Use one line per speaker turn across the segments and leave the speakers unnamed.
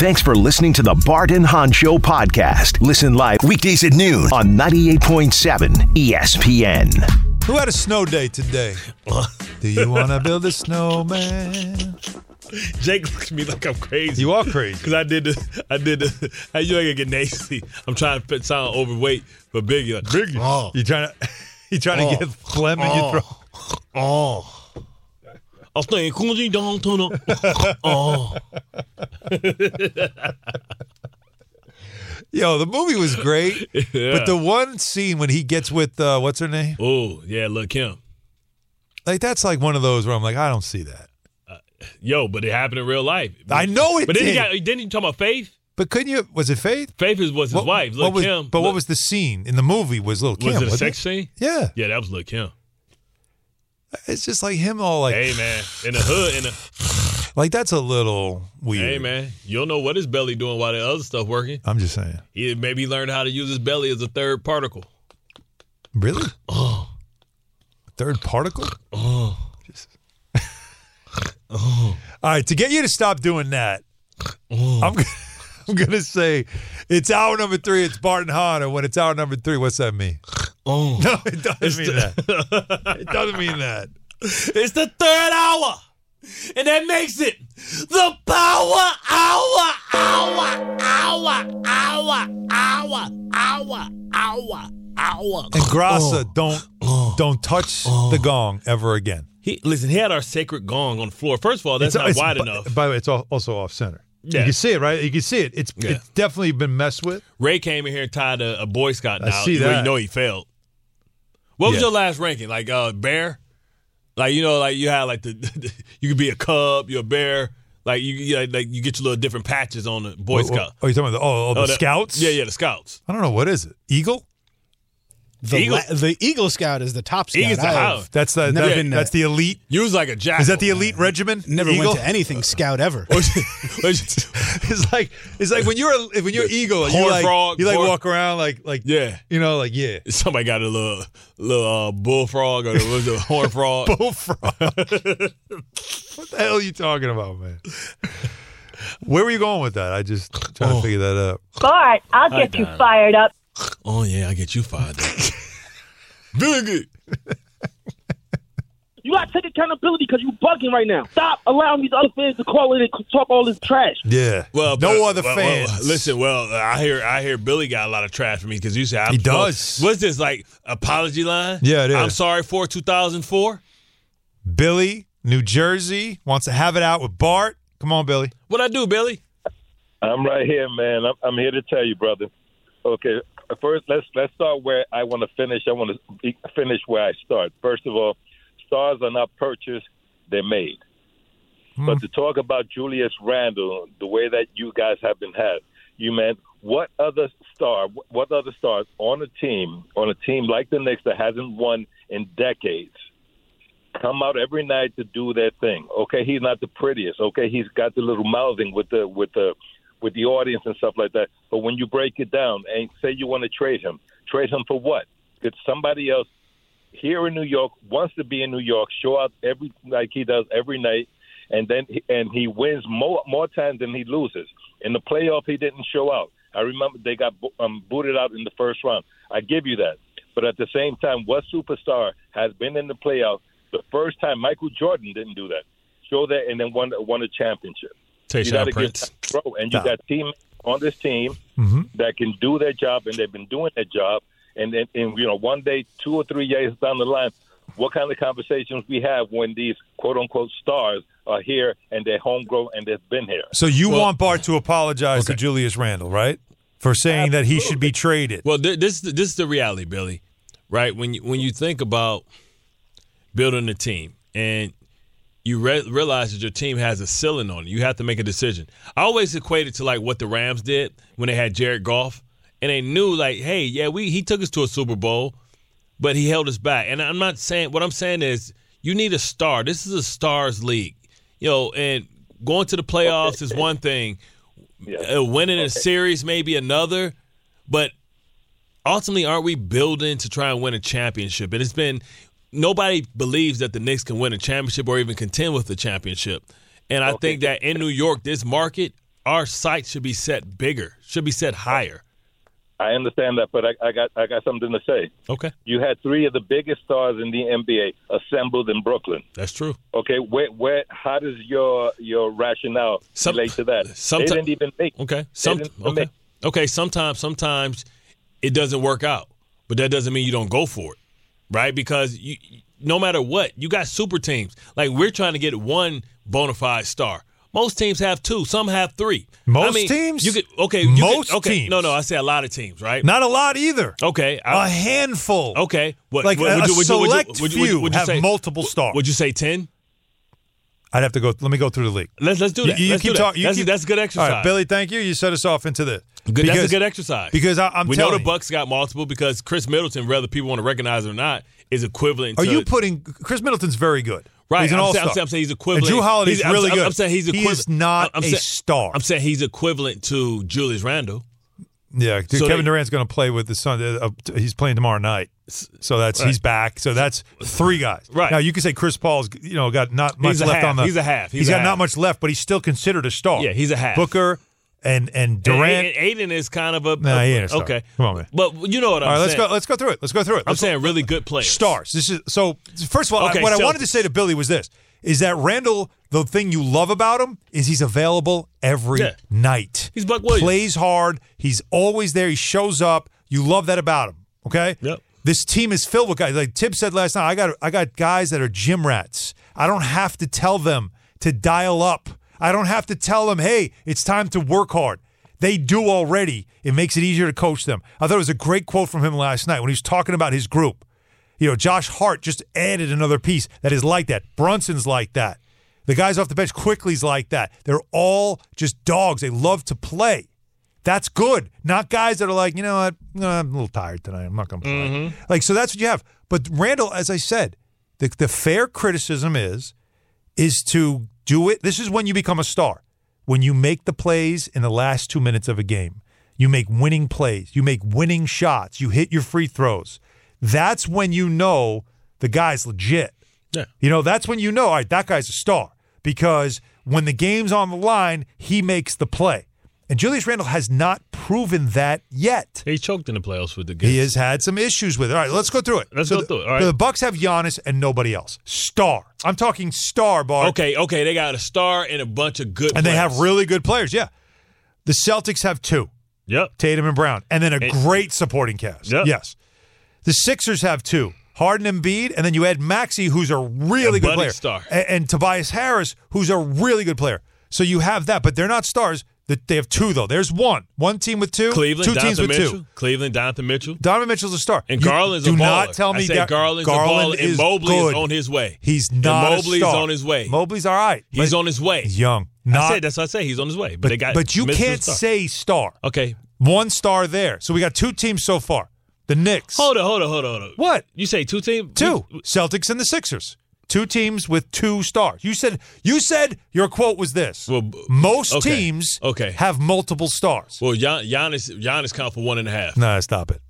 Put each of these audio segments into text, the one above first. Thanks for listening to the Bart and Han Show podcast. Listen live weekdays at noon on 98.7 ESPN.
Who had a snow day today? Do you want to build a snowman?
Jake looks at me like I'm crazy.
You are crazy.
Because I did the, I did the, how you ain't gonna get nasty. I'm trying to fit- sound overweight, but Biggie, like, Biggie.
Oh. You trying to you trying to get phlegm in your throat? Oh.
I was playing Kunji Dong Tunnel. Oh.
Yo, the movie was great,
Yeah.
but the one scene when he gets with uh, what's her name,
Oh, yeah, look him.
like that's like one of those where I'm like, I don't see that.
Yo, but it happened in real life.
I know it
But then
did,
he got, then you talk about Faith.
but couldn't you? Was it Faith?
Faith is was his wife. Look
what was,
Kim.
But what
Lil-
was the scene in the movie? Was little Kim?
was it a
wasn't
sex scene?
Yeah,
Yeah, that was look him.
it's just like him all like,
Hey man, in the hood, in the
like that's a little weird.
hey man, you don't know what his belly doing while the other stuff working.
I'm just saying.
He maybe learned how to use his belly as a third particle.
Really? Oh. Third particle? Oh. All right, to get you to stop doing that,
Oh.
I'm, g- I'm going to say it's hour number three. It's Barton Hahn. And when it's hour number three, what's that mean?
Oh.
No, it doesn't mean that. it doesn't mean that.
It's the third hour, and that makes it the power hour, hour, hour, hour, hour, hour, hour, hour.
And Grasa,
Oh.
don't don't touch the gong ever again.
He, listen, he had our sacred gong on the floor. First of all, that's
It's-
not
it's-
wide
by-
enough.
By the way, it's al- also off center.
Yeah.
You can see it, right? You can see it. It's
Yeah.
it's definitely been messed with.
Ray came in here and tied a, a Boy Scout
I
now.
see
Where
that.
you know he failed. What was
Yeah.
your last ranking? Like uh bear? Like you know, like you had like the, you could be a cub, you're a bear. Like you, you like, like you get your little different patches on the Boy
Oh,
Scout.
Oh, you're talking about the, oh, oh, the
Oh,
scouts?
Yeah, yeah, the scouts.
I don't know. What is it? Eagle?
The
Eagle-
Eagle, the Eagle Scout is the top scout.
Eagle's the
I've
highest.
That's the
Never
that-
uh,
been
that's the elite.
You was like a jack.
Is that the elite regimen?
Never
eagle? Oh,
went to anything scout ever.
It's like it's like when you're a, when you're eagle, you
Horn
like
frog,
you like
horn-
walk around like like
Yeah.
you know like yeah
Somebody got a little little uh, bullfrog or what was it, horn frog.
bullfrog. Oh, what the hell are you talking about, man? Where were you going with that? I just trying to figure that out.
Bart, I'll get you fired up.
oh yeah, I get you fired. up. Biggie.
You gotta take accountability because you bugging right now. Stop allowing these other fans to call in and talk all this trash.
Yeah.
Well,
no
but-
other
well, well,
fans.
listen, well, I hear I hear Billy got a lot of trash from me because you said I'm
He
supposed-
does.
What's this like apology line?
Yeah, it
I'm
is.
sorry for 2004.
Billy, New Jersey wants to have it out with Bart. Come on, Billy.
What I do, Billy?
I'm right here, man. I'm, I'm here to tell you, brother. Okay, first let's let's start where I want to finish. I want to be- finish where I start. First of all, stars are not purchased; they're made. But to talk about Julius Randle, the way that you guys have been had, you man, what other star, what other stars on a team, on a team like the Knicks that hasn't won in decades, come out every night to do their thing. Okay, he's not the prettiest. Okay, he's got the little mouthing with the with the with the audience and stuff like that. But when you break it down and say you want to trade him, trade him for what? Could somebody else here in New York wants to be in New York, show up every like he does every night, and then and he wins more more times than he loses. In the playoff, he didn't show out. I remember they got bo- um, booted out in the first round. I give you that. But at the same time, what superstar has been in the playoff the first time? Michael Jordan didn't do that. Show that and then won won a championship. You
Tayshaun
got to
Prince.
get bro, and you got team on this team
Mm-hmm.
that can do their job, and they've been doing their job. And then, and, you know, one day, two or three years down the line, what kind of conversations we have when these quote unquote stars are here and they're homegrown and they've been here?
So you want Bart to apologize to Julius Randle, right? For saying that he should be traded.
Well, th- this this is the reality, Billy. Right when you, when you think about building a team and you re- realize that your team has a ceiling on it. You have to make a decision. I always equate it to like what the Rams did when they had Jared Goff, and they knew like, hey, yeah, we he took us to a Super Bowl, but he held us back. And I'm not saying what I'm saying is you need a star. This is a stars league, you know. And going to the playoffs is one thing. Uh, winning a series may be another, but ultimately, aren't we building to try and win a championship? And it's been nobody believes that the Knicks can win a championship or even contend with the championship. And I think that in New York, this market, our sights should be set bigger, should be set higher.
I understand that, but I, I got I got something to say.
Okay,
You had three of the biggest stars in the NBA assembled in Brooklyn.
that's true.
Okay, where, where how does your your rationale
Some-
relate to that?
sometime-
they didn't even make.
Okay, some
didn't
okay,
make-
okay. Sometimes, sometimes it doesn't work out, but that doesn't mean you don't go for it, right? Because you, no matter what, you got super teams. Like we're trying to get one bona fide star. Most teams have two. Some have three.
Most teams?
You could okay. You could-
Most
okay,
teams.
No, no. I say a lot of teams, right?
Not a lot either.
Okay.
A
Oh, I-
handful.
Okay. What,
Like
what,
a-
would
a
you- would you- would you-
select
would you- would you-
few
would you
have
say-
multiple stars.
Would you say ten?
I'd have to go. Let me go through the league.
Let's let's do that.
You, you
Let's
keep
do that.
talking.
That's, that's good exercise.
All right, Billy. Thank you. You set us off into this.
Good, that's a
Because-
good exercise.
Because I, am
we
telling
know the
you.
Bucks got multiple because Chris Middleton, whether people want to recognize it or not, is equivalent.
Are
to,
you putting Chris Middleton's very good?
right?
He's an
I'm,
all star.
saying, I'm saying- I'm saying he's equivalent.
Drew Holiday's
He's- I'm,
really
I'm-
good.
I'm saying he's
He is
equivalent.
not
I'm
a
saying-
star.
I'm saying he's equivalent to Julius Randle.
yeah, dude,
So
Kevin
they-
Durant's going to play with the Sun. Uh, uh, he's playing tomorrow night, so that's he's back. So that's three guys.
Right.
now, you could say Chris Paul's you know got not much
He's a
left
half.
on the.
He's a half. He's
he's
a
got
half.
not much left, but he's still considered a star.
Yeah, he's a half.
Booker and and
And
Durant.
Aiden, Aiden is kind of a.
Nah, he ain't a star.
Okay,
Come on, man.
But you know what
all
I'm
right, let's
saying.
go. Let's go through it. Let's go through it.
I'm
Let's-
saying really good players.
stars. This is so. First of all, I-
Okay,
what I wanted
Celtics.
to say to Billy was this: is that Randall. The thing you love about him is he's available every
Yeah.
night.
He's Buck Williams.
Plays hard. He's always there. He shows up. You love that about him. Okay.
Yep.
This team is filled with guys. Like Tib said last night, I got I got guys that are gym rats. I don't have to tell them to dial up. I don't have to tell them, hey, it's time to work hard. They do already. It makes it easier to coach them. I thought it was a great quote from him last night when he was talking about his group. You know, Josh Hart just added another piece that is like that. Brunson's like that. The guys off the bench, Quickly's like that. They're all just dogs. They love to play. That's good. Not guys that are like, you know what, No, I'm a little tired tonight. I'm not going to play. Like, so that's what you have. But Randall, as I said, the, the fair criticism is is to do it. This is when you become a star. When you make the plays in the last two minutes of a game, you make winning plays, you make winning shots, you hit your free throws. That's when you know the guy's legit.
Yeah.
You know, that's when you know, all right, that guy's a star because when the game's on the line, he makes the play. And Julius Randle has not proven that yet.
He choked in the playoffs with the good.
He has had some issues with it. All right, let's go through it.
Let's go
the,
through it. All right.
The Bucks have Giannis and nobody else. Star. I'm talking star, Bar.
Okay, okay. They got a star and a bunch of good.
And they have
players.
really good players. Yeah. The Celtics have two
Yep.
Tatum and Brown, and then a great supporting cast.
Yep.
Yes. The Sixers have two Harden and Bede, and then you add Maxi, who's a really good
A budding
player,
star.
a- And, Tobias Harris, who's a really good player. So you have that, but they're not stars. That They have two, though. There's one. One team with two,
Cleveland,
two
Donovan
teams with
Mitchell.
two.
Cleveland, Donovan Mitchell.
Donovan Mitchell's a star.
And
You
Garland's
do
a baller.
not tell me
I say
Gar-
Garland's a
Garland
baller, and
is
Mobley is
good.
on his way.
He's
And
not
Mobley's
a star.
on his way.
Mobley's all right.
He's
but
on his way.
He's young. Not,
I said that's what I say. He's on his way. But,
but,
they got
but you
missed
can't
a star.
say star.
Okay.
One star there. So we got two teams so far. The Knicks.
Hold on, hold on, hold on, hold on.
What?
You say two team?
Two. Celtics and the Sixers. Two teams with two stars. You said you said your quote was this.
Well, b-
Most
okay,
teams
okay.
have multiple stars.
Well, Gian, Giannis Giannis count for one and a half.
nah, stop it.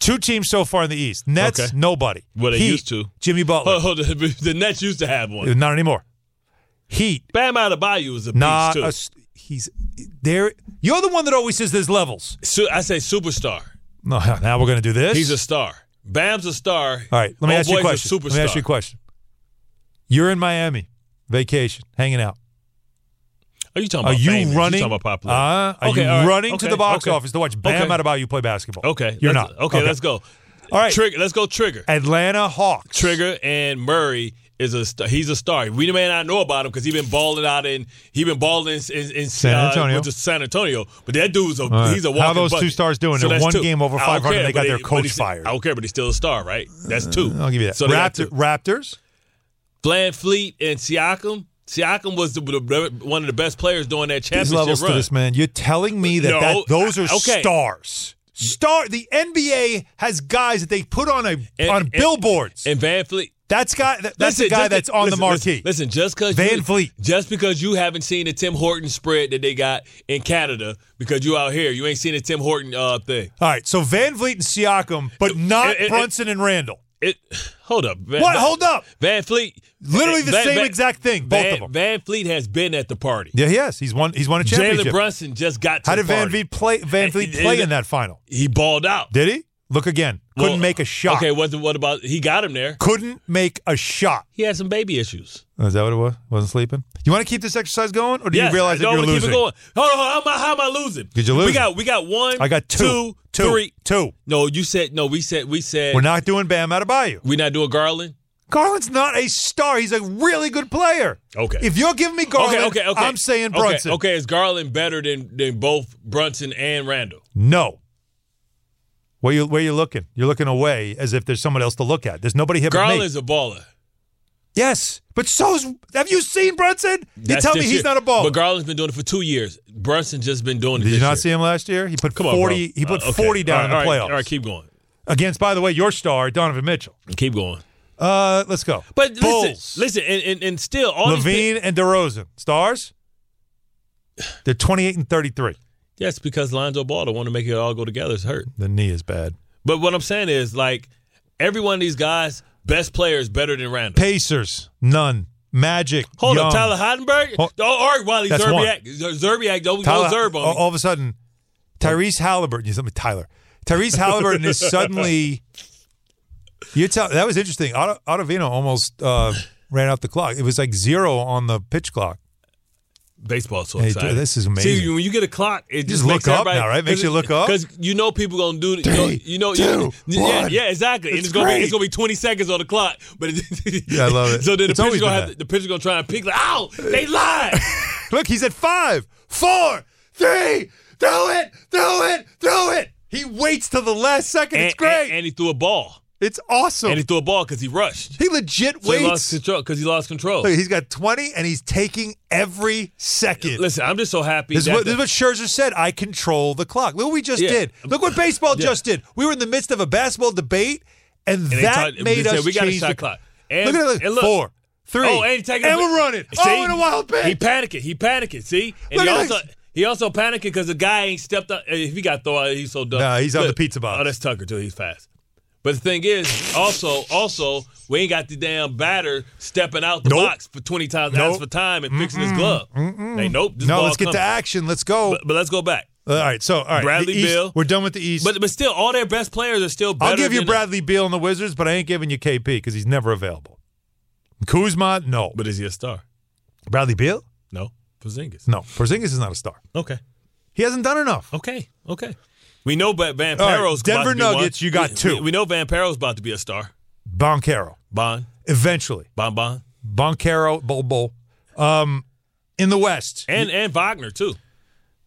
Two teams so far in the East. Nets,
Okay.
nobody.
Well, they
Heat,
used to.
Jimmy Butler.
Hold, hold on. The Nets used to have one.
Not anymore. Heat,
Bam Adebayo was a
not
beast too.
a, s- he's there. You're the one that always says there's levels.
Su- I say superstar.
No, now we're gonna do this.
He's a star. Bam's a star.
All right, let me
Oh,
ask you a
boy's
question.
superstar.
Let me ask you a question. You're in Miami, vacation, hanging out.
Are you talking
Are
about
you
famous?
running?
You talking about popular?
Uh, are
Okay,
you
all right.
running to
Okay,
the box
okay.
office to watch Bam
Okay.
Adebayo play basketball?
Okay,
you're
let's-
not.
Okay, let's go.
All right.
Trigger. Let's go. Trigger.
Atlanta Hawks.
Trigger and Murray is a st- he's a star. We may not know about him because he been balling out in he been balling in, in, in
San
uh,
Antonio.
with the San Antonio. But that dude's a
right.
he's a
How
walking
those two
bucket.
stars doing? They're
that's
one game over
I don't
500,
care,
they got
but
their
but
coach
he's-
fired.
I don't care, but he's still a star, right? That's two.
I'll give you that.
So they got
Raptor,
two.
Raptors.
Flan Fleet and Siakam. Siakam was the, the- one of the best players during that
There's
championship
levels
run.
to this, man. You're telling me that,
No,
that those are
okay.
stars. Star. The NBA has guys that they put on a
And-
on
and-
billboards.
And Van Fleet.
that's guy. That, that's a
Listen,
guy
just-
that's on
listen,
the marquee.
Listen, listen, just because
Van Fleet.
just because you haven't seen the Tim Horton spread that they got in Canada, because you out here, you ain't seen the Tim Horton uh, thing.
All right, so Van Vliet and Siakam, but not
it- it-
Brunson and Randall.
It hold up, Van,
What? Hold up.
Van Fleet.
Literally the
Van-
same
Van-
exact thing, both
Van,
of them.
Van Fleet has been at the party.
Yeah, he is. He's won. He's won a
Jalen
championship.
Brunson just got. To
How
the
did Van
party.
Vliet play? Van Vliet
it-
play
it-
in that final?
He balled out.
Did he? Look again. Couldn't
Well,
make a shot.
Okay, what, what about he got him there?
Couldn't make a shot.
He had some baby issues.
Is that what it was? Wasn't sleeping. You want to keep this exercise going, or do
Yes,
you realize that
no,
you're
we keep
losing?
It going. Hold on, hold on, how am I, how am I losing?
Did you
We
lose?
got we got one.
I got two,
two, three.
two.
No, you said no. We said we said
We're not doing Bam Adebayo.
we not doing Garland.
Garland's not a star. He's a really good player.
Okay.
If you're giving me Garland,
okay, okay, okay.
I'm saying
Okay,
Brunson.
Okay, is Garland better than than both Brunson and Randall?
No. Where you where you looking? You're looking away as if there's someone else to look at. There's nobody here but me.
Garland's a baller.
yes, but so's. Have you seen Brunson? You
That's
tell me
this
he's
year.
not a ball.
But Garland's been doing it for two years. Brunson just been doing it.
Did you
this
not
year.
see him last year? He put
Come on, bro.
forty. He put
Uh, okay.
forty down
All right,
in the
all
playoffs
right, All right, keep going,
against, by the way, your star Donovan Mitchell.
keep going.
Uh, let's go.
But listen,
Bulls,
listen, and, and, and still, all these
Levine and DeRozan stars. They're twenty-eight and thirty-three.
Yes, because Lonzo Ball, the one to make it all go together, is hurt.
The knee is bad.
But what I'm saying is, like, every one of these guys, best player is better than Randall.
Pacers, none. Magic.
Hold
Young.
up, Tyler Heidenberg?
Hold-
oh, all right, Wiley
That's
Zerbiak. Zerbiak, don't
Tyler- oh,
go Zerb on
all,
me.
all of a sudden, Tyrese Halliburton. You said me Tyler. Tyrese Halliburton is suddenly. You tell that was interesting. Otto- Ottavino almost uh, ran out the clock. It was like zero on the pitch clock.
Baseball's so
Hey,
exciting.
this is amazing.
See, when you get a clock, it just,
Just look up now, right? Makes you look up.
because you know people gonna do. you know,
Three,
you know,
two,
you, yeah,
one.
yeah, exactly. and
It's
it's gonna be,
great.
it's gonna be 20 seconds on the clock, but it,
Yeah, I love it.
So then
It's
the
always been
pitcher's gonna have
that.
to, the pitcher's gonna try and peek like, oh, they lied.
Look, he's at five, four, three. Throw it, throw it, throw it. He waits till the last second.
and,
it's great.
And, and he threw a ball.
it's awesome.
And he threw a ball because he rushed.
he legit
So he
waits.
lost control because he lost control.
Look, he's got twenty, and he's taking every second.
Listen, I'm just so happy.
This is,
that
what, this
the-
is what Scherzer said. I control the clock. Look what we just
Yeah.
did. Look what baseball just did. We were in the midst of a basketball debate, and,
they
that
talked-
made
they said,
us
"We got a
change
shot
the
clock." And-
look at it.
and look.
Four, three.
Oh, and he taking
and
a-
we're running.
See?
oh, and a wild
He
pitch.
panicking. He panicking. See, and
Look
he
at
also
this.
he also panicking because the guy ain't stepped up. If he got thrown out, he's so dumb.
Nah, he's on
Look.
the pizza box.
Oh, that's Tucker too. He's fast. But the thing is, also, also, we ain't got the damn batter stepping out the
Nope.
box for 20 times,
Nope.
asking for time and fixing his glove. Hey, nope. This
no,
ball
let's get to
coming.
action. Let's go.
But, but let's go back.
all right. So, all right. the
Bradley
East-
Beal.
We're done with the East.
But but still, all their best players are still. Better
I'll give you
than-
Bradley Beal and the Wizards, but I ain't giving you KP because he's never available. Kuzma, no.
But is he a star?
Bradley Beal,
No, Porzingis.
no. Porzingis is not a star.
Okay.
He hasn't done enough.
Okay, okay. We know Ba- Van
All right,
Pero's
Denver
about to be one.
Nuggets, you got
We-
two.
We, we know Van Pero's about to be a star.
Boncaro,
Bon,
eventually.
Bon, Bon,
Boncaro, Bol Bol. Um, in the West,
and and Wagner too.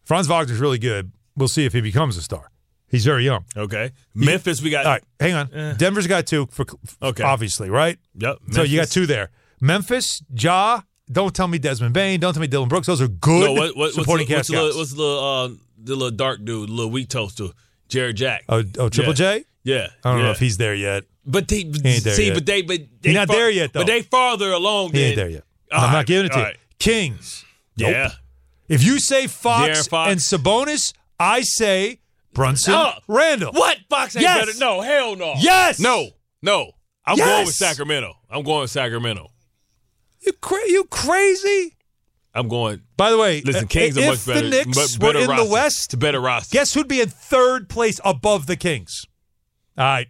Franz Wagner's really good. We'll see if he becomes a star. He's very young.
Okay, Memphis, we got. Eh.
All right, hang on. Denver's got two for
Okay.
obviously, right?
Yep.
So you got
Memphis.
two there. Memphis, Ja. Don't tell me Desmond Bain. Don't tell me Dylan Brooks. Those are good
No, what, what,
supporting
what's
cast
the,
guys.
what's the, little- what's the little, uh, the little dark dude, the little wheat toaster, Jared Jack?
Oh, oh, Triple
Yeah.
J.
yeah,
I don't
yeah.
know if he's there yet.
But they
ain't there
see,
yet.
but they but they
not there yet,
But
though.
they farther along.
He
than,
ain't there yet.
All
I'm
right,
not giving it to
all
you.
right.
Kings.
Yeah.
If you say Fox,
De'Aaron Fox.
and Sabonis, I say Brunson
Oh,
Randall.
What Fox ain't
Yes.
better? No, hell no.
Yes.
No, no. I'm
Yes.
going with Sacramento. I'm going with Sacramento.
You cra- you crazy?
I'm going.
By the way,
Listen,
uh,
Kings
if
are much better.
The Knicks
mu-
were
better
in
roster,
the West.
to better roster.
Guess who'd be in third place above the Kings? All right,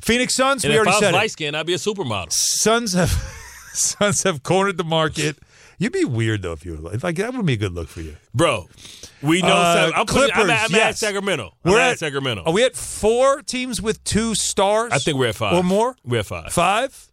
Phoenix Suns.
and
we
if
already
I was
said
light
it.
skinned, I'd be a supermodel.
Suns have Suns have cornered the market. You'd be weird though if you were like, like that would be a good look for you.
Bro, we know.
Uh,
Sac- I'm,
Clippers.
putting, I'm, at, I'm at
yes.
Sacramento.
We're
I'm at, Sacramento.
Are we at four teams with two stars?
I think we're at five.
or more.
We're at five.
Five,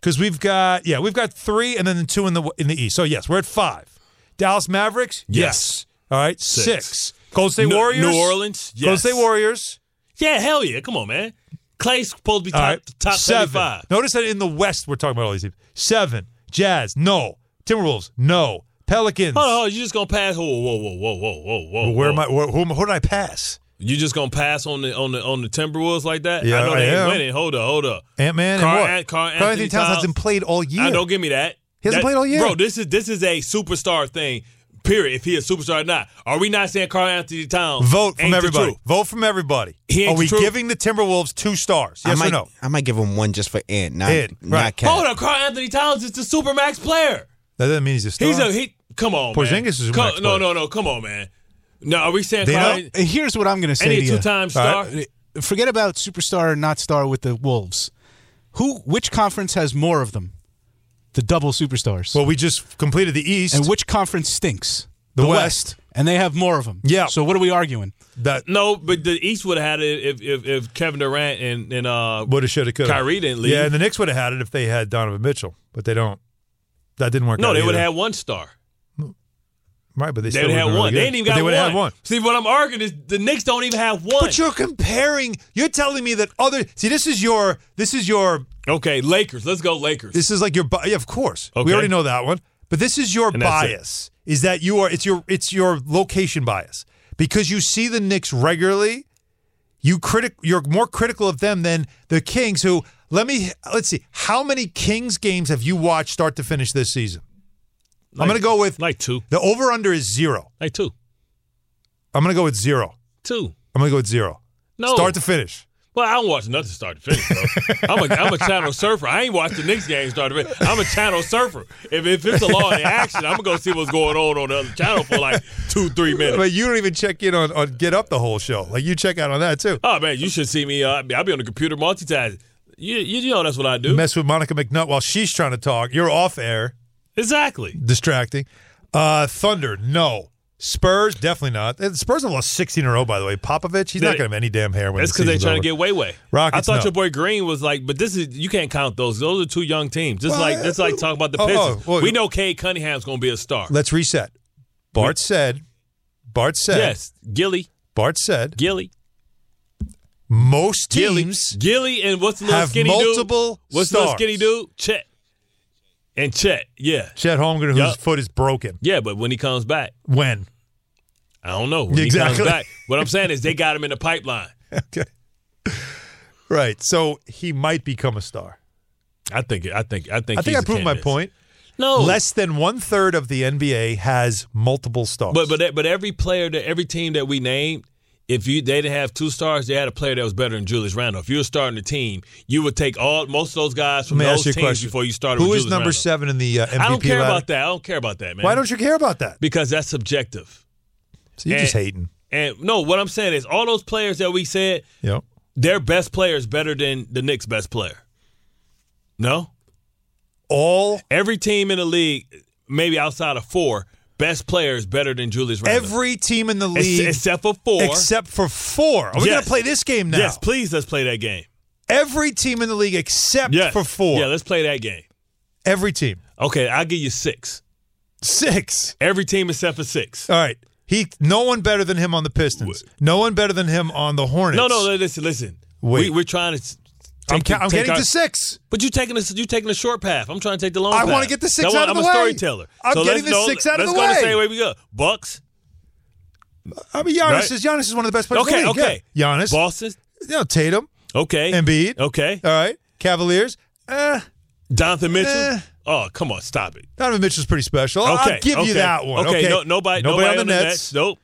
because we've got yeah, we've got three, and then the two in the in the East. So yes, we're at five. Dallas Mavericks.
Yes.
All right.
Six.
Six. Gold State
New-
Warriors.
New Orleans.
Golden
Yes.
State Warriors.
Yeah, hell yeah. Come on, man. Clay's supposed to be
All
top,
right.
top
Seven.
75.
Notice that in the West, we're talking about all these teams. Seven. Jazz. No. Timberwolves. No. Pelicans.
Hold on, hold on. You just gonna pass? Whoa, whoa, whoa, whoa, whoa, whoa, whoa.
Where am
whoa.
I? Where, who, am- who did I pass?
You just gonna pass on the on the on the Timberwolves like that?
Yeah,
I know
I
they
am.
ain't winning. Hold up, hold up.
Ant Man and
Carl
what?
An- Carl
Carl Anthony
Anthony
Towns
Towns.
hasn't played all year.
I don't give me that.
He hasn't
That-
played all year.
bro. This is this is a superstar thing. Period. If he a superstar or not, are we not saying Carl Anthony Towns
Vote from
ain't the
everybody.
truth?
Vote from everybody.
He ain't
Are
the
we
truth.
giving the Timberwolves two stars? Yes
I might,
or no?
I might give him one just for Ant, not,
Ant, right.
not Cat.
Hold up, Carl Anthony Towns is the supermax player.
That doesn't mean he's a star.
He's a he. Come on, man.
Porzingis is a
Come-
supermax
No,
player.
no, no. Come on, man. No, are we saying
They
Carl?
know-
And Uh, here's what I'm going to say
Any
to you.
two-time
All
star.
Forget about superstar or not star with the Wolves. Who? Which conference has more of them? The double superstars.
well, we just completed the East.
and which conference stinks?
The West.
And they have more of them.
Yeah.
So what are we arguing?
that
No, but the East would have had it if if, if Kevin Durant and and uh
would have, should have, could have.
Kyrie didn't leave.
Yeah, and the Knicks would have had it if they had Donovan Mitchell, but they don't. That didn't work out.
no, they would
either.
have had one star.
Right, but they,
They
still
would have
would've been
had one.
really
They
good.
ain't even
But
got
they
one.
would've had one.
See, what I'm arguing is the Knicks don't even have one.
But you're comparing. You're telling me that other. See, this is your. This is your.
okay, Lakers. Let's go Lakers.
This is like your. bi- Yeah, of course. We
Okay.
already know that one. But this is your
And that's it.
bias. Is that you are? It's your. It's your location bias because you see the Knicks regularly. You critic. You're more critical of them than the Kings. Who? Let me. Let's see. How many Kings games have you watched start to finish this season? I'm
Like-
going to go with
like two,
the over under is zero.
like two,
I'm going to go with zero.
two.
I'm going to go with zero.
No,
Start to finish.
Well, I don't watch nothing start to finish, bro. I'm a, I'm a channel surfer. I ain't watched the Knicks game start to finish. I'm a channel surfer. If, if it's a law in action, I'm going to go see what's going on on the other channel for like two, three minutes.
But you don't even check in on, on Get Up the whole show. Like you check out on that too.
Oh, man, you should see me. Uh, I'll be on the computer multitasking. You, you, you know that's what I do.
Mess with Monica McNutt while she's trying to talk. You're off air,
Exactly.
distracting. Uh, Thunder, no. Spurs, definitely not. And Spurs have lost 16 in a row, by the way. Popovich, he's
They-
not going to have any damn hair when
That's
because
because they're trying to get way way.
Rockets,
I thought
no.
your boy Green was like, but this is you can't count those. Those are two young teams. Just
Well,
like that's like talking about the
oh, oh,
Pistons.
well-
we know Cade Cunningham's going to be a star.
Let's reset. Bart said, Bart said,
Yes, Gilly,
Bart said,
Gilly,
most
Gilly,
teams
Gilly, and what's the little
have
skinny
multiple
dude? What's the little
stars.
skinny dude? Chet and Chet. Yeah,
Chet Holmgren, whose
Yup.
foot is broken.
yeah. But when he comes back,
When?
I don't know. When he
Exactly.
comes back, what I'm saying is they got him in the pipeline.
Okay. Right. So he might become a star.
I think. I think. I think.
I think
he's
I
a
proved my
candidate. Oh.
point.
No,
Less than one third of the NBA has multiple stars.
But but but every player that every team that we named, if you they didn't have two stars, they had a player that was better than Julius Randle. If you were starting a team, you would take all most of those guys from
Let me
those
ask you a
teams
question.
before you started.
who
with
is
Julius
number
Randle.
seven in the uh, MVP
I don't care
ladder?
about that. I don't care about that, man.
Why don't you care about that?
Because that's subjective.
So you're
And-
just hating.
And no, what I'm saying is all those players that we said
Yep.
their best player is better than the Knicks' best player. No,
All
every team in the league, maybe outside of four, best player is better than Julius Randle.
every team in the
Ex-
league
except for four.
except for four. Are we
Yes.
gonna play this game now?
Yes, please let's play that game.
Every team in the league except
Yes.
for four.
Yeah, let's play that game.
every team.
Okay, I'll give you six.
Six.
Every team except for six.
All right. He no one better than him on the Pistons. No one better than him on the Hornets.
No, no, listen, listen.
Wait.
We, we're trying to. s-
I'm,
take-
ca- I'm
take
getting
our-
to six.
But you taking the you taking the short path. I'm trying to take the long.
I
path.
wanna get the six
That's
out
why
of the
I'm a
way.
storyteller.
I'm
So
getting
let's
the
go-
six out of the
Let's go
way.
the same way we go. Bucks.
I mean, Giannis
Right.
is Giannis is one of the best players. in
Okay,
the league.
okay.
Yeah. Giannis.
Boston.
you know, Tatum.
Okay.
Embiid.
Okay.
All right. Cavaliers. Eh,
Donovan Mitchell.
Eh.
Oh, come on, stop it.
Donovan Mitchell's pretty special. I'll-
Okay,
I'll give
okay,
you that one.
Okay,
Okay.
No, nobody,
Nobody, on the Nets.
Nope.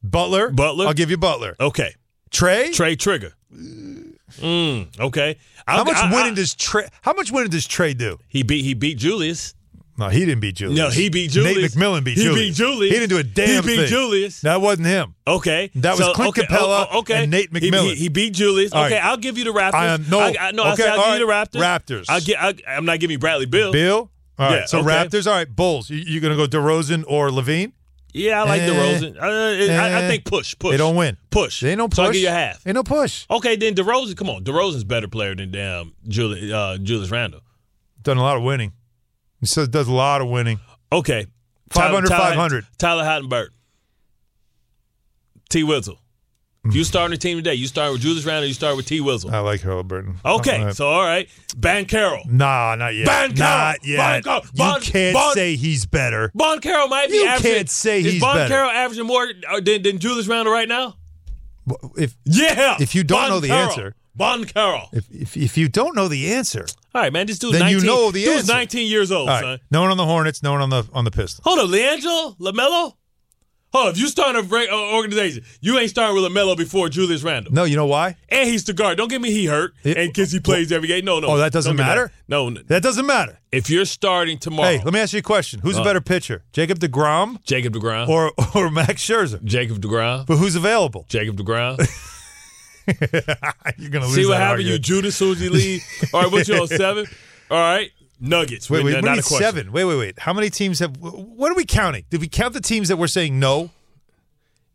Butler.
Butler.
I'll give you Butler.
Okay.
Trey.
Trey Trigger. Mm, okay.
How
I'll-
much
I- I-
winning does Trey? How much winning does Trey do?
he beat? He beat Julius.
No, he didn't beat Julius.
No, he beat Julius.
Nate McMillan beat
He
Julius.
beat Julius.
He didn't do a damn
He beat
thing.
Julius.
That wasn't him.
Okay, oh,
That was Clint Capella and Nate
He- he-
McMillan.
He, beat Julius.
All
okay,
right.
I'll give you the Raptors.
I am- no.
I, I, no, I
Okay,
said I'll
all
give you the
right.
Raptors.
Raptors.
I'll get. I, I'm not giving you Bradley Bill.
Bill. All right.
Yeah,
so
okay.
Raptors. All right. Bulls. You, you're gonna go DeRozan or Levine?
Yeah, I like
Eh,
DeRozan. Uh, I, I
eh.
think push, push.
They don't win.
Push.
They don't push.
So I give you a half.
Ain't no push.
Okay, then DeRozan. Come on, DeRozan's better player than damn Julius, uh, Julius Randle.
Done a lot of winning. He still does a lot of winning.
Okay,
Five
Tyler-
under
Tyler-
500.
Tyler Hattenberg, T. Wizzle. If you start on the team today, you start with Julius Randle, you start with T Wizzle.
I like Halliburton.
Okay,
Oh, All right.
so all right, Ban Carroll.
Nah, not yet.
Ban Carroll!
Not yet.
Ban Carroll!
you
Ban-
can't
Ban-
say he's better.
Bon Carroll might be
You
averaging.
can't say
is
he's
Bon
better.
Carroll averaging more uh, than, than Julius Randle right now?
If
Yeah.
If you don't
Bon
know the
Carroll.
answer.
Bon Carroll.
if, if if you don't know the answer,
All right, man. This dude's
Then you
19.
know the
dude's
answer.
19 years old,
all right.
son.
No one on the Hornets. No one on the on the Pistons.
Hold up, Leangelo, Lamelo. Hold up, if you starting a great uh, organization, you ain't starting with Lamelo before Julius Randle,
No, you know why?
and he's the guard. Don't get me he hurt,
It-
and because he plays every game. No, no.
Oh, that doesn't
Don't get
matter?
No, Oh. no.
That doesn't matter.
if you're starting tomorrow,
Hey, let me ask you a question. Who's a better pitcher, Jacob Degrom
Jacob Degrom,
or or Max Scherzer?
Jacob Degrom,
But who's available?
Jacob Degrom.
You're gonna lose
See what
that
happened. You
argument.
Judas soon as he leave. All right, what you on seven? All right, Nuggets.
Wait, wait,
Not-
we
not a
need
question.
seven. Wait, wait, wait. How many teams have? What are we counting? Did we count the teams that we're saying no?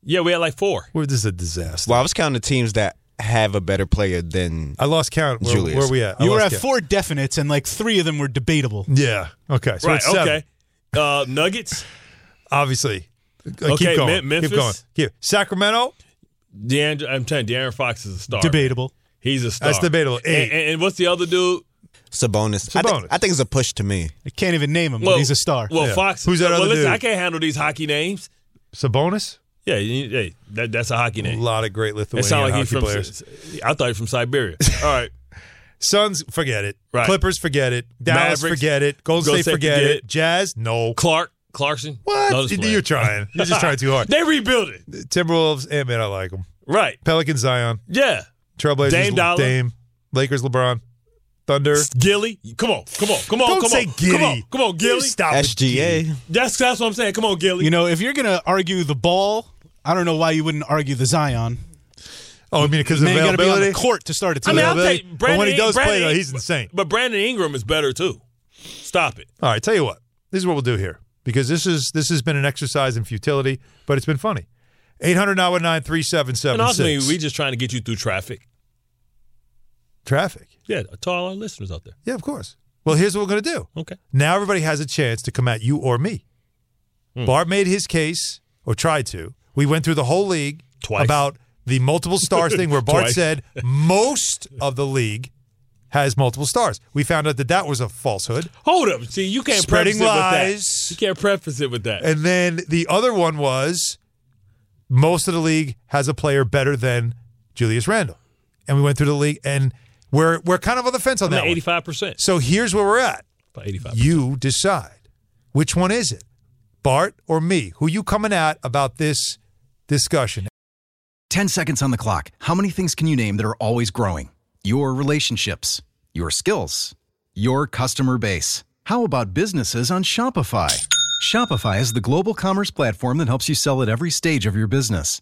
Yeah, we had like four.
Well, this is a disaster.
Well, I was counting the teams that have a better player than
I lost count. Uh, Where,
Julius.
where we at? I
You were at
lost count.
four definites, and like three of them were debatable.
Yeah. Okay. So
right.
it's seven.
Okay. Uh, Nuggets.
Obviously. Uh,
Okay,
Keep going.
Me-
Keep going.
Memphis?
Keep. Sacramento.
DeAndre, I'm telling you, De'Aaron Fox is a star.
Debatable.
He's a star.
That's debatable. Eight.
And, and, and what's the other dude?
Sabonis. I, thi-
Sabonis.
I think it's a push to me.
I can't even name him, but he's a star.
Well,
Yeah.
Fox.
Who's that
well,
other
listen,
dude?
I can't handle these hockey names.
Sabonis.
Yeah, you- hey, that, that's a hockey
A
name.
lot of great
It
Lithuanian
sounds like
hockey
he's from.
players.
I thought he was from Siberia. All right.
Suns, forget it.
Right.
Clippers, forget it. Dallas,
Mavericks,
forget it. Golden
Golden
State,
State,
forget,
forget
it.
it.
Jazz, no.
Clark Clarkson.
What?
No, just playing.
You're trying. You're just trying too hard.
They rebuilding.
Timberwolves, eh, man, I like them.
Right.
Pelicans, Zion.
Yeah.
Trailblazers,
Dame Dollar.
Dame. Lakers, LeBron. Thunder.
Gilly. Come on. Come on. Come on.
Don't
Oh, come
say
on.
Giddy.
Come on. Come on, Gilly.
You Stop with Giddy.
SGA.
That's that's what I'm saying. Come on, Gilly.
You know, if you're gonna argue the ball, I don't know why you wouldn't argue the Zion.
Oh, I mean, because of
Man, you gotta be on the
availability.
court to start
I
a team.
mean, I'll
Availability.
take
But
Brandon.
when he does
Brandon,
play, though, he's insane.
But Brandon Ingram is better too. Stop it.
All right, tell you what. This is what we'll do here because this is this has been an exercise in futility, but it's been funny. 800 919
And ultimately,
3776.
we just trying to get you through traffic.
Traffic.
Yeah, to all our listeners out there.
Yeah, of course. Well, here's what we're going to do.
Okay.
Now everybody has a chance to come at you or me.
Hmm.
Bart made his case or tried to. We went through the whole league
Twice.
about the multiple stars thing where Bart
Twice.
said most of the league has multiple stars. We found out that that was a falsehood.
Hold up. See, you can't
Spreading
preface
lies.
it with that. You can't preface it with that.
And then the other one was most of the league has a player better than Julius Randle. And we went through the league and we're we're kind of on the fence on
I'm
that.
at
one.
85 percent.
So here's where we're at.
85.
You decide. Which one is it? Bart or me? Who you coming at about this discussion?
10 seconds on the clock. How many things can you name that are always growing? Your relationships, your skills, your customer base. How about businesses on Shopify? Shopify is the global commerce platform that helps you sell at every stage of your business.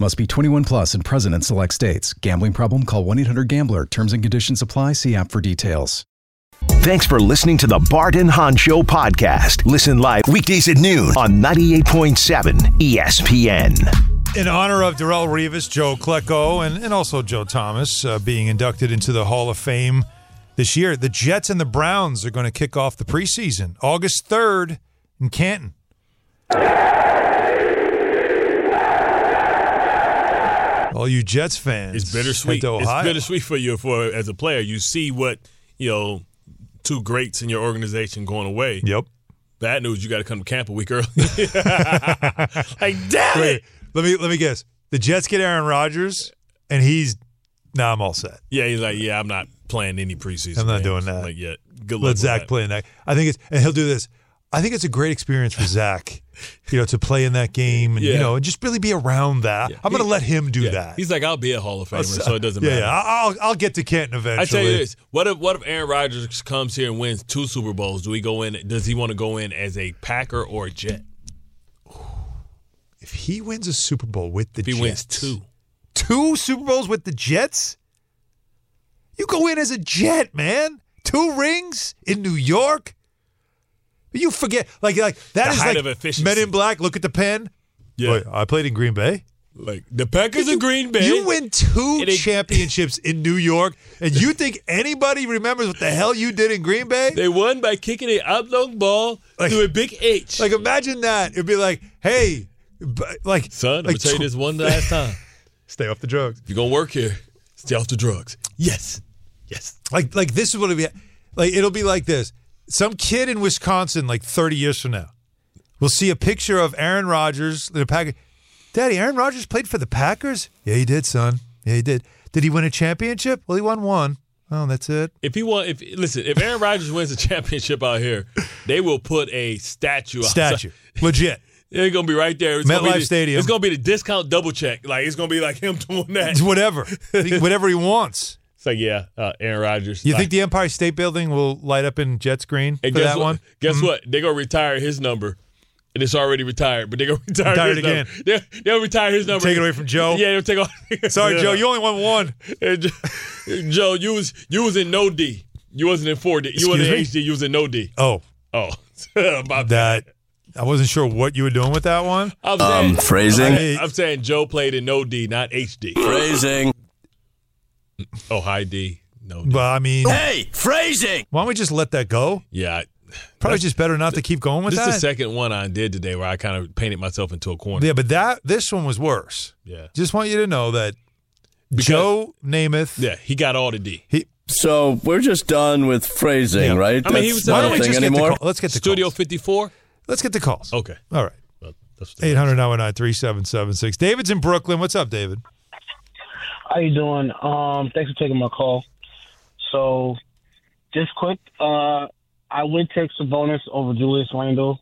Must be 21 plus and present in select states. Gambling problem? Call 1 800 Gambler. Terms and conditions apply. See app for details.
Thanks for listening to the Bart and Han Show podcast. Listen live weekdays at noon on 98.7 ESPN.
In honor of Darrell Rivas, Joe Klecko, and, and also Joe Thomas uh, being inducted into the Hall of Fame this year, the Jets and the Browns are going to kick off the preseason August 3rd in Canton. All you Jets fans,
It's bittersweet.
head to
It's
Ohio.
bittersweet for you for as a player. You see what you know, two greats in your organization going away.
Yep.
Bad news. You got to come to camp a week early.
like damn it. Let me let me guess. The Jets get Aaron Rodgers, and he's nah. I'm all set.
yeah, he's like, yeah, I'm not playing any preseason.
I'm not doing
games.
that.
Like yet. Good luck.
Let
with
Zach
that.
play in that. I think it's and he'll do this. I think it's a great experience for Zach, you know, to play in that game and you
Yeah.
know and just really be around that. I'm going to
He-
let him do
yeah.
that.
He's like, I'll be a Hall of Famer, so it doesn't
yeah,
matter.
Yeah, I- I'll I'll get to Canton eventually.
I tell you this: what if what if Aaron Rodgers comes here and wins two Super Bowls? Do we go in? Does he want to go in as a Packer or a Jet?
If he wins a Super Bowl with the
If he
Jets,
wins two,
two Super Bowls with the Jets, you go in as a Jet, man. Two rings in New York. You forget, like, like that
The
is
height
like
of efficiency.
Men in Black. Look at the pen.
Yeah.
Wait, I played in Green Bay.
like the Packers in Green Bay,
You win two
It ain't-
championships in New York, and you think anybody remembers what the hell you did in Green Bay?
They won by kicking an oblong ball to a big H.
Like, imagine that. It'd be like, hey, b- like,
son.
like
I'm gonna tell you
tw-
this one last time:
Stay off the drugs.
if you're gonna work here, stay off the drugs. Yes, yes.
Like like this is what it'll be like it'll be like this. Some kid in Wisconsin, like 30 years from now, will see a picture of Aaron Rodgers in a package. Daddy, Aaron Rodgers played for the Packers? Yeah, he did, son. Yeah, he did. Did he win a championship? Well, he won one. Oh, that's it.
If he want, if listen, if Aaron Rodgers wins a championship out here, they will put a statue. outside.
Statue. Legit.
They're gonna be right there. It's gonna be
MetLife
the-
Stadium.
It's gonna be the discount double check. Like it's gonna be like him doing that.
It's whatever. He- whatever he wants.
It's like yeah, uh, Aaron Rodgers.
You
Like,
think the Empire State Building will light up in jet screen for
and guess
that
what?
one?
Guess
Mhm.
what? They're gonna retire his number. And it's already retired, but they're gonna retire
Retire
his
it again.
number. They're, they'll retire his number.
Take it away from Joe.
Yeah, they'll take off.
Sorry, Joe, you only won one.
Joe, you was you was in no D. You wasn't in four D. You wasn't in
Excuse
HD. You was in no D.
Oh,
Oh, about that.
that. I wasn't sure what you were doing with that one.
I'm saying,
phrasing?
I, am saying Joe played in no D, not HD. Phrasing. Oh, high D, no. D.
But I mean,
Hey, phrasing.
Why don't we just let that go?
Yeah. I,
Probably just better not to keep going with
this is the
that.
second one I did today where I kind of painted myself into a corner.
Yeah, but that this one was worse.
Yeah.
Just want you to know that Joe Namath.
Yeah, he got all the D.
He,
So we're just done with phrasing,
Yeah.
right?
I mean, he was-
That's not
why
a
don't we
thing
just get the
anymore.
call- let's get the
Studio
calls.
54.
Let's get the calls.
Okay.
All right.
Well, that's the-
800 919 3776. David's in Brooklyn. What's up, David?
How you doing? Um, thanks for taking my call. So, just quick, uh, I would take Sabonis over Julius Randle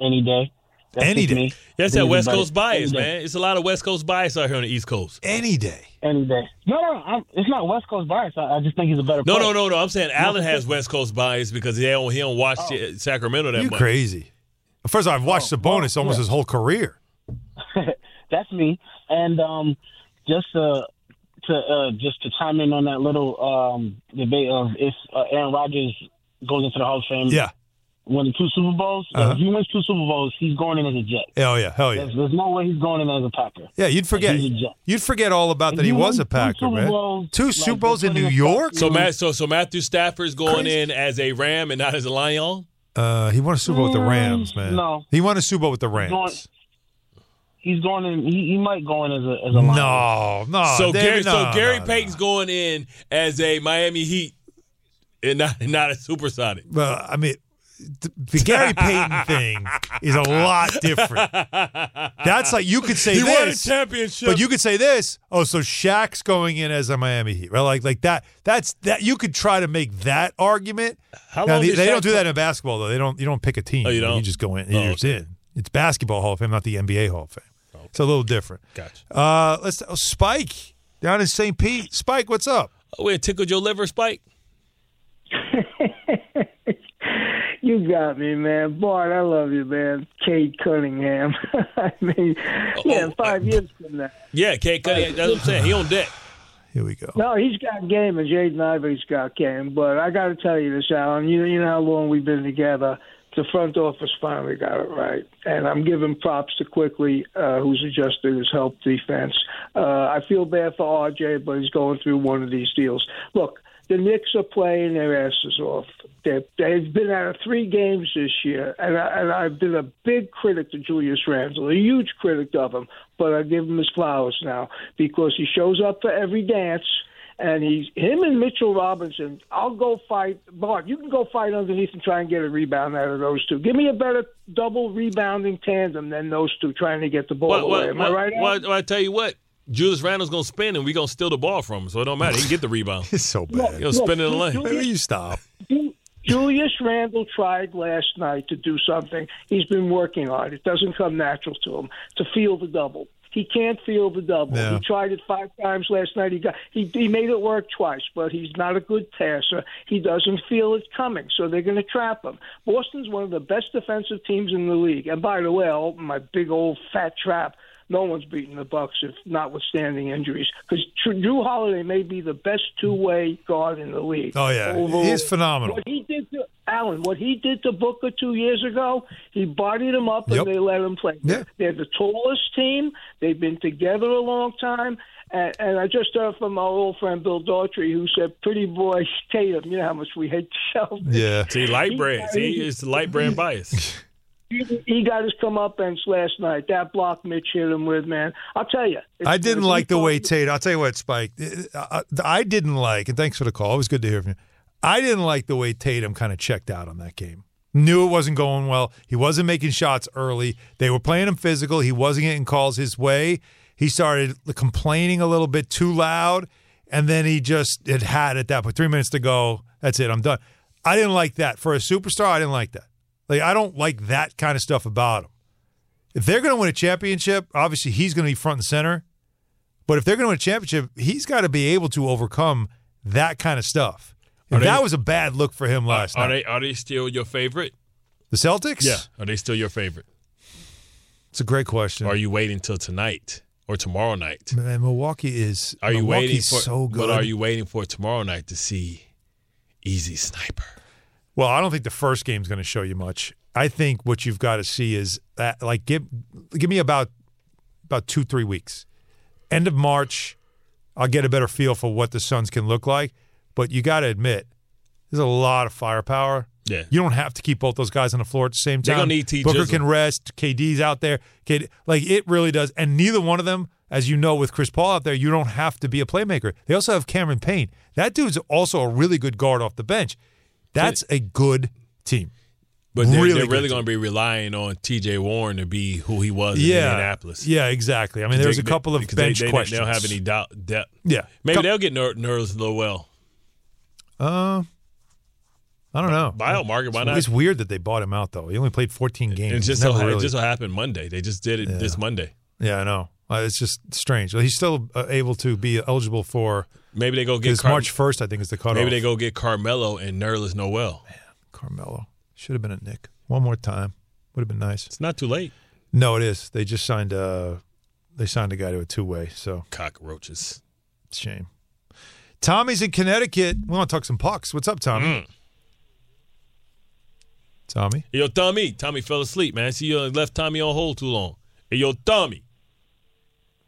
any day. That's
Any
just
day.
me.
That's that
Anybody-
West Coast bias,
any day.
man. It's a lot of West Coast bias out here on the East Coast.
Any day.
Any day. No, no, I'm, it's not West Coast bias. I, I just think he's a better.
oh.
No,
player.
no, no, no. I'm saying Allen has West Coast bias because he don't, he don't watch
Oh.
uh, Sacramento that
You
much.
crazy. First of all, I've
Oh,
watched Sabonis almost his whole career.
That's me. And um, just to to uh, just to chime in on that little um, debate of if uh, Aaron Rodgers goes into the Hall of Fame,
Yeah.
winning two Super Bowls.
Uh-huh.
If he wins two Super Bowls, he's going in as a Jet.
Hell yeah. Hell yeah.
There's, there's no way he's going in as a Packer.
Yeah, you'd forget.
He's a Jet.
You'd forget all about that
If
he
you
was
win
a
two
Packer,
Super
man.
Bowls,
two
like,
Super Bowls in
putting
New
a-
York?
So, Matt, so so Matthew Stafford's going
Crazy.
in as a Ram and not as a Lion.
Uh, he won a Super Bowl with the
Mm,
Rams, man.
no.
He won a Super Bowl with the Rams.
Going, he's going in. He, he might go in as a as a Lion.
No, no.
so
David,
Gary,
Oh, no,
so Gary
no, no.
Payton's going in as a Miami Heat and not and not a supersonic.
Well, I mean, th- the Gary Payton thing is a lot different. That's like you could say
He
this,
won a championship.
but you could say this. Oh, so Shaq's going in as a Miami Heat, right? Like, like that. That's that. You could try to make that argument.
How
Now,
long
they,
did
they
Shaq
don't do
play?
that in basketball, though. They don't. You don't pick a team.
Oh, you
You
don't?
just go in.
Oh,
You're just
okay.
in. It's basketball Hall of Fame, not the NBA Hall of Fame. It's a little different.
Gotcha.
Uh, let's oh, Spike down in St. Pete. Spike, what's up?
Oh, it tickled your liver, Spike.
You got me, man. Bart, I love you, man. Kate Cunningham.
Oh.
I mean, yeah, five years from now.
Yeah, Kate Cunningham. That's what I'm saying. He on deck.
Here we go.
No, he's got game, and Jaden Ivory's got game. But I got to tell you this, Alan. You, you know how long we've been together. The front office finally got it right, and I'm giving props to quickly, uh, who's adjusted his help defense. Uh, I feel bad for RJ, but he's going through one of these deals. Look, the Knicks are playing their asses off. They've, they've been out of three games this year, and, I, and I've been a big critic to Julius Randle, a huge critic of him. But I give him his flowers now because he shows up for every dance, and he's him and Mitchell Robinson. I'll go fight, Bart. You can go fight underneath and try and get a rebound out of those two. Give me a better double rebounding tandem than those two trying to get the ball
Well,
away.
well,
Am
well,
I right? Al?
well, well, I tell you what, Julius Randle's gonna spin and we gonna steal the ball from him, so it don't matter. He can get the rebound.
it's so
bad.
He'll spin it in the
Look,
lane.
Julius-
you stop?
Julius Randle tried last night to do something he's been working on. It doesn't come natural to him to feel the double. He can't feel the double.
No.
He tried it five times last night. He got he, he made it work twice, but he's not a good passer. He doesn't feel it coming, so they're going to trap him. Boston's one of the best defensive teams in the league. And by the way, I'll open my big old fat trap. No one's beating the Bucks, if notwithstanding injuries, because Drew Holiday may be the best two-way guard in the league.
Oh, yeah.
Overall.
He's phenomenal.
What he did to Allen, what he did to Booker two years ago, he bodied him up
Yep.
and they let him play. They're the tallest team. They've been together a long time. And, and I just heard from our old friend Bill Daughtry, who said, "Pretty boy Tatum." You know how much we hate Celtics.
Yeah.
See, light brand. See, it's the light brand bias.
He, he got his comeuppance last night. That block Mitch hit him with, man. I'll tell you,
I didn't like the way Tatum. I'll tell you what, Spike. I, I- uh, I didn't like, and thanks for the call. It was good to hear from you. I didn't like the way Tatum kind of checked out on that game. Knew it wasn't going well. He wasn't making shots early. They were playing him physical. He wasn't getting calls his way. He started complaining a little bit too loud, and then he just it had at that point. Three minutes to go. That's it. I'm done. I didn't like that for a superstar. I didn't like that. Like I don't like that kind of stuff about him. If they're going to win a championship, obviously he's going to be front and center. But if they're going to win a championship, he's got to be able to overcome that kind of stuff. And
Are they-
that was a bad look for him last
Are
night.
they are they still your favorite?
the Celtics?
Yeah. Are they still your favorite?
It's a great question.
Or are you waiting till tonight or tomorrow night?
Man, Milwaukee is
Are you
Milwaukee's
waiting for
so good.
But are you waiting for tomorrow night to see Easy Sniper?
Well, I don't think the first game's going to show you much. I think what you've got to see is that like give give me about about 2-3 weeks. End of March, I'll get a better feel for what the Suns can look like, but you got to admit there's a lot of firepower.
Yeah.
You don't have to keep both those guys on the floor at the same
They're
time.
gonna need T.
Booker
Jizzle.
can rest, KD's out there. KD, like it really does and neither one of them as you know with Chris Paul out there, you don't have to be a playmaker. They also have Cameron Payne. That dude's also a really good guard off the bench. That's a good team.
But they're,
Really
they're
good
really
team.
going to be relying on T.J. Warren to be who he was in Indianapolis.
Yeah, exactly. I mean, there's a
They-
couple of
because
bench
they, they,
questions.
They don't have any doubt, depth.
Yeah.
Maybe they'll get ner- nervous Lowell.
Uh, I don't know.
Buy out market, why not?
It's weird that they bought him out though. He only played 14 games.
It just,
He's
so,
never
it
really-
just so happened Monday. They just did it this Monday.
yeah, I know. Uh, It's just strange. He's still uh, able to be eligible for
Maybe they go get
because
Car-
March 1st. I think is the cutoff.
Maybe they go get Carmelo and Nerlens Noel.
Carmelo should have been a Nick. One more time would have been nice. It's
not too late.
No, it is. They just signed a they signed a guy to a two way. So
Cockroaches.
Shame. Tommy's in Connecticut. We want to talk some pucks. What's up, Tommy?
Mm.
Tommy.
Hey, yo, Tommy. Tommy fell asleep, man. See, you left Tommy on hold too long. Hey, yo, Tommy.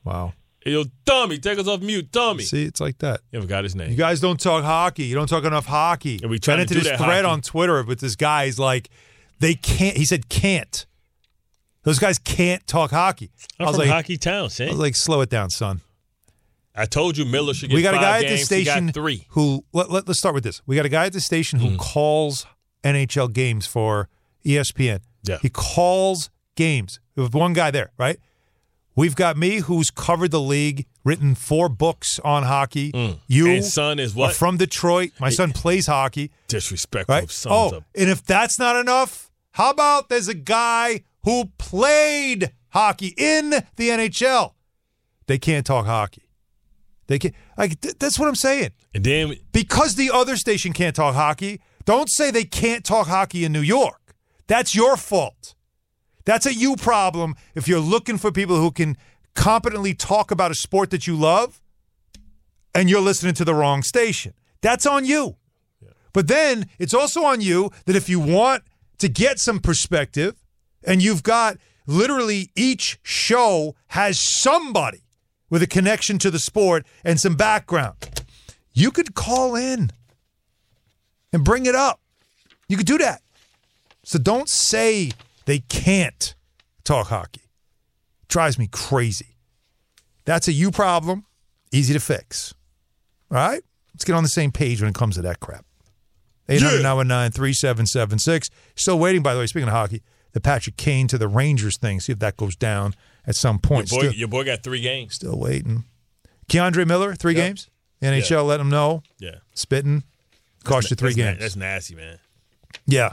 Wow.
Hey, yo, Tommy. Take us off mute, Tommy.
See, it's like that.
You forgot his name.
You guys don't talk hockey. You don't talk enough hockey. And we
trying to
into
do
this
that
thread
hockey.
on Twitter with this guy. He's like, they can't. He said, can't. Those guys can't talk hockey.
I'm
I was
from
like,
Hockey Town,
I
see?
was like, slow it down, son.
I told you Miller should get
we got a
five
guy at
games.
this station
He got three. Hmm.
who let, let, us start with this we got a guy at the station who calls nhl games for E espn
Yeah.
he calls games with one guy there right we've got me who's covered the league written four books on hockey you
Hmm. Mm. And son is what?
are from detroit my son plays hockey
Disrespectful
right
sons
oh
of
and if that's not enough how about there's a guy who played hockey in the nhl they can't talk hockey they can like th- that's what I'm saying.
And then
because the other station can't talk hockey, don't say they can't talk hockey in New York. That's your fault. That's a you problem if you're looking for people who can competently talk about a sport that you love. and you're listening to the wrong station. That's on you. But then it's also on you that if you want to get some perspective and you've got literally each show has somebody with a connection to the sport and some background, you could call in and bring it up. You could do that. So don't say they can't talk hockey. Drives me crazy. That's a you problem, easy to fix. All right? Let's get on the same page when it comes to that crap. 800 3776. Still waiting, by the way, speaking of hockey, the Patrick Kane to the Rangers thing. See if that goes down at some
Your
point.
boy,
Still-
your boy got three games.
Still waiting. Keandre Miller, three
Yep.
games. NHL let him know.
Yeah.
Spitting. Cost you three
That's na-
games.
That's nasty, man.
yeah.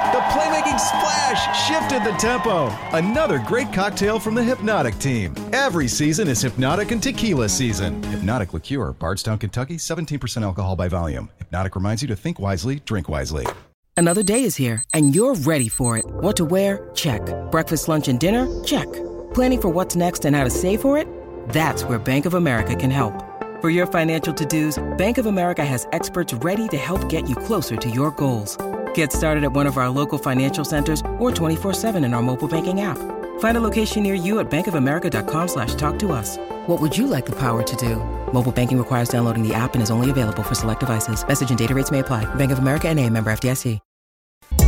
The playmaking splash shifted the tempo. Another great cocktail from the Hypnotic team. Every season is Hypnotic and Tequila season. Hypnotic Liqueur, Bardstown, Kentucky, 17% alcohol by volume. Hypnotic reminds you to think wisely, drink wisely.
Another day is here, and you're ready for it. What to wear? Check. Breakfast, lunch, and dinner? Check. Planning for what's next and how to save for it? That's where Bank of America can help. For your financial to-dos, Bank of America has experts ready to help get you closer to your goals. Get started at one of our local financial centers or 24-7 in our mobile banking app. Find a location near you at bankofamerica.com slash talk to us. What would you like the power to do? Mobile banking requires downloading the app and is only available for select devices. Message and data rates may apply. Bank of America and a member FDIC.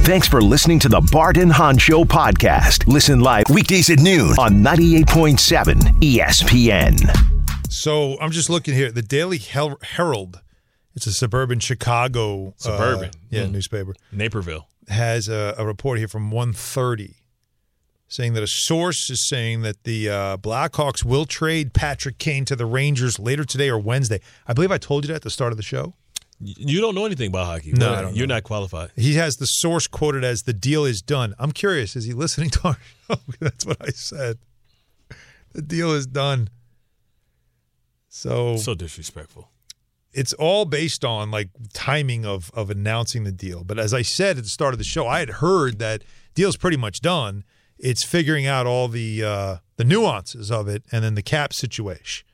Thanks for listening to the Barton Han Show podcast. Listen live weekdays at noon on 98.7 ESPN.
So I'm just looking here. The Daily Hel- Herald, it's a suburban Chicago uh,
Suburban.
yeah,
Mm.
newspaper.
Naperville.
has a, a report here from 130 saying that a source is saying that the uh, Blackhawks will trade Patrick Kane to the Rangers later today or Wednesday. I believe I told you that at the start of the show.
Y- You don't know anything about hockey.
No,
Well,
I don't
you're not qualified.
He has the source quoted as the deal is done. I'm curious, is he listening to our show? That's what I said. The deal is done. So
So disrespectful.
it's all based on like timing of of announcing the deal. But as I said at the start of the show, I had heard that deal's pretty much done. It's figuring out all the uh, the nuances of it and then the cap situation.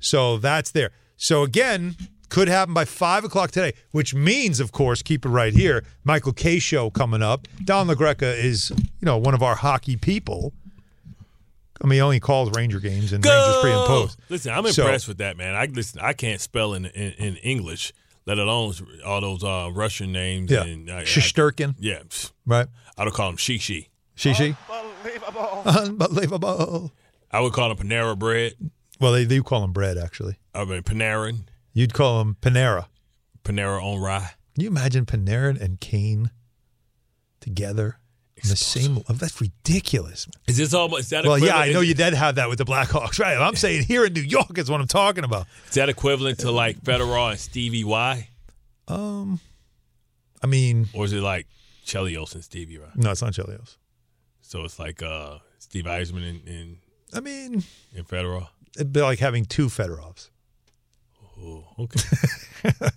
So that's there. So again, could happen by five o'clock today, which means, of course, keep it right here. Michael K show coming up. Don LaGreca is you know one of our hockey people. I mean, he only calls Ranger games and Rangers pre and post.
Listen, I'm
So-
impressed with that, man. I listen. I can't spell in in, in English, let alone all those uh, Russian names.
Yeah.
and I, I-
Shishkin.
yeah, pfft.
Right.
I would call him Shishi.
Shishi. Unbelievable.
I would call him Panera Bread.
Well, they do call him bread, actually.
I mean Panarin,
You'd call him Panera.
Panera on rye.
Can you imagine Panarin and Kane together in the same? level? That's ridiculous.
Is this almost is that?
Well, yeah,
equivalent-
I know
is-
you did have that with the Blackhawks, right? I'm saying here in New York is what I'm talking about.
Is that equivalent to like Federer and Stevie Y,
Um, I mean,
or is it like Chelios and Stevie Y?
no, it's not Chelios.
So it's like uh, Steve Eisman and, and
I mean,
and Federer.
it'd be like having two Fedorovs.
Oh, okay.